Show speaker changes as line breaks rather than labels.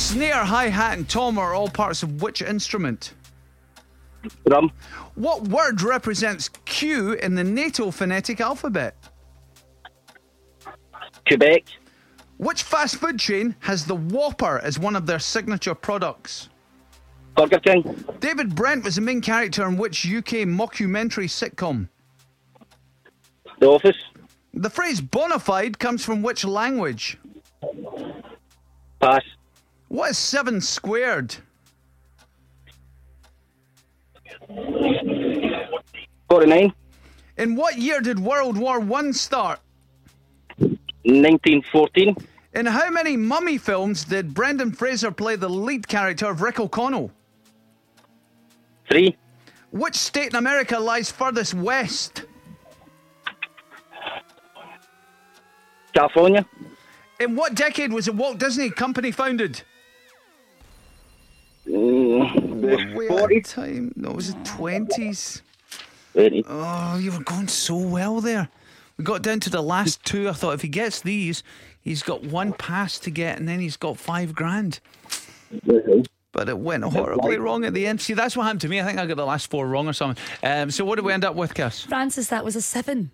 Snare, hi hat, and tom are all parts of which instrument?
Drum.
What word represents Q in the NATO phonetic alphabet?
Quebec.
Which fast food chain has the Whopper as one of their signature products?
Burger King.
David Brent was the main character in which UK mockumentary sitcom?
The Office.
The phrase bona fide comes from which language?
Pass.
What is 7 squared?
Forty-nine.
In what year did World War One start?
1914.
In how many mummy films did Brendan Fraser play the lead character of Rick O'Connell?
Three.
Which state in America lies furthest west?
California.
In what decade was the Walt Disney Company founded?
Mm,
Way
the
out of
40s.
time. No, it was the twenties.
20.
Oh, you were going so well there. We got down to the last two. I thought if he gets these, he's got one pass to get, and then he's got five grand. But it went horribly wrong at the end. See, that's what happened to me. I think I got the last four wrong or something. Um, so what did we end up with, Cass?
Francis, that was a seven.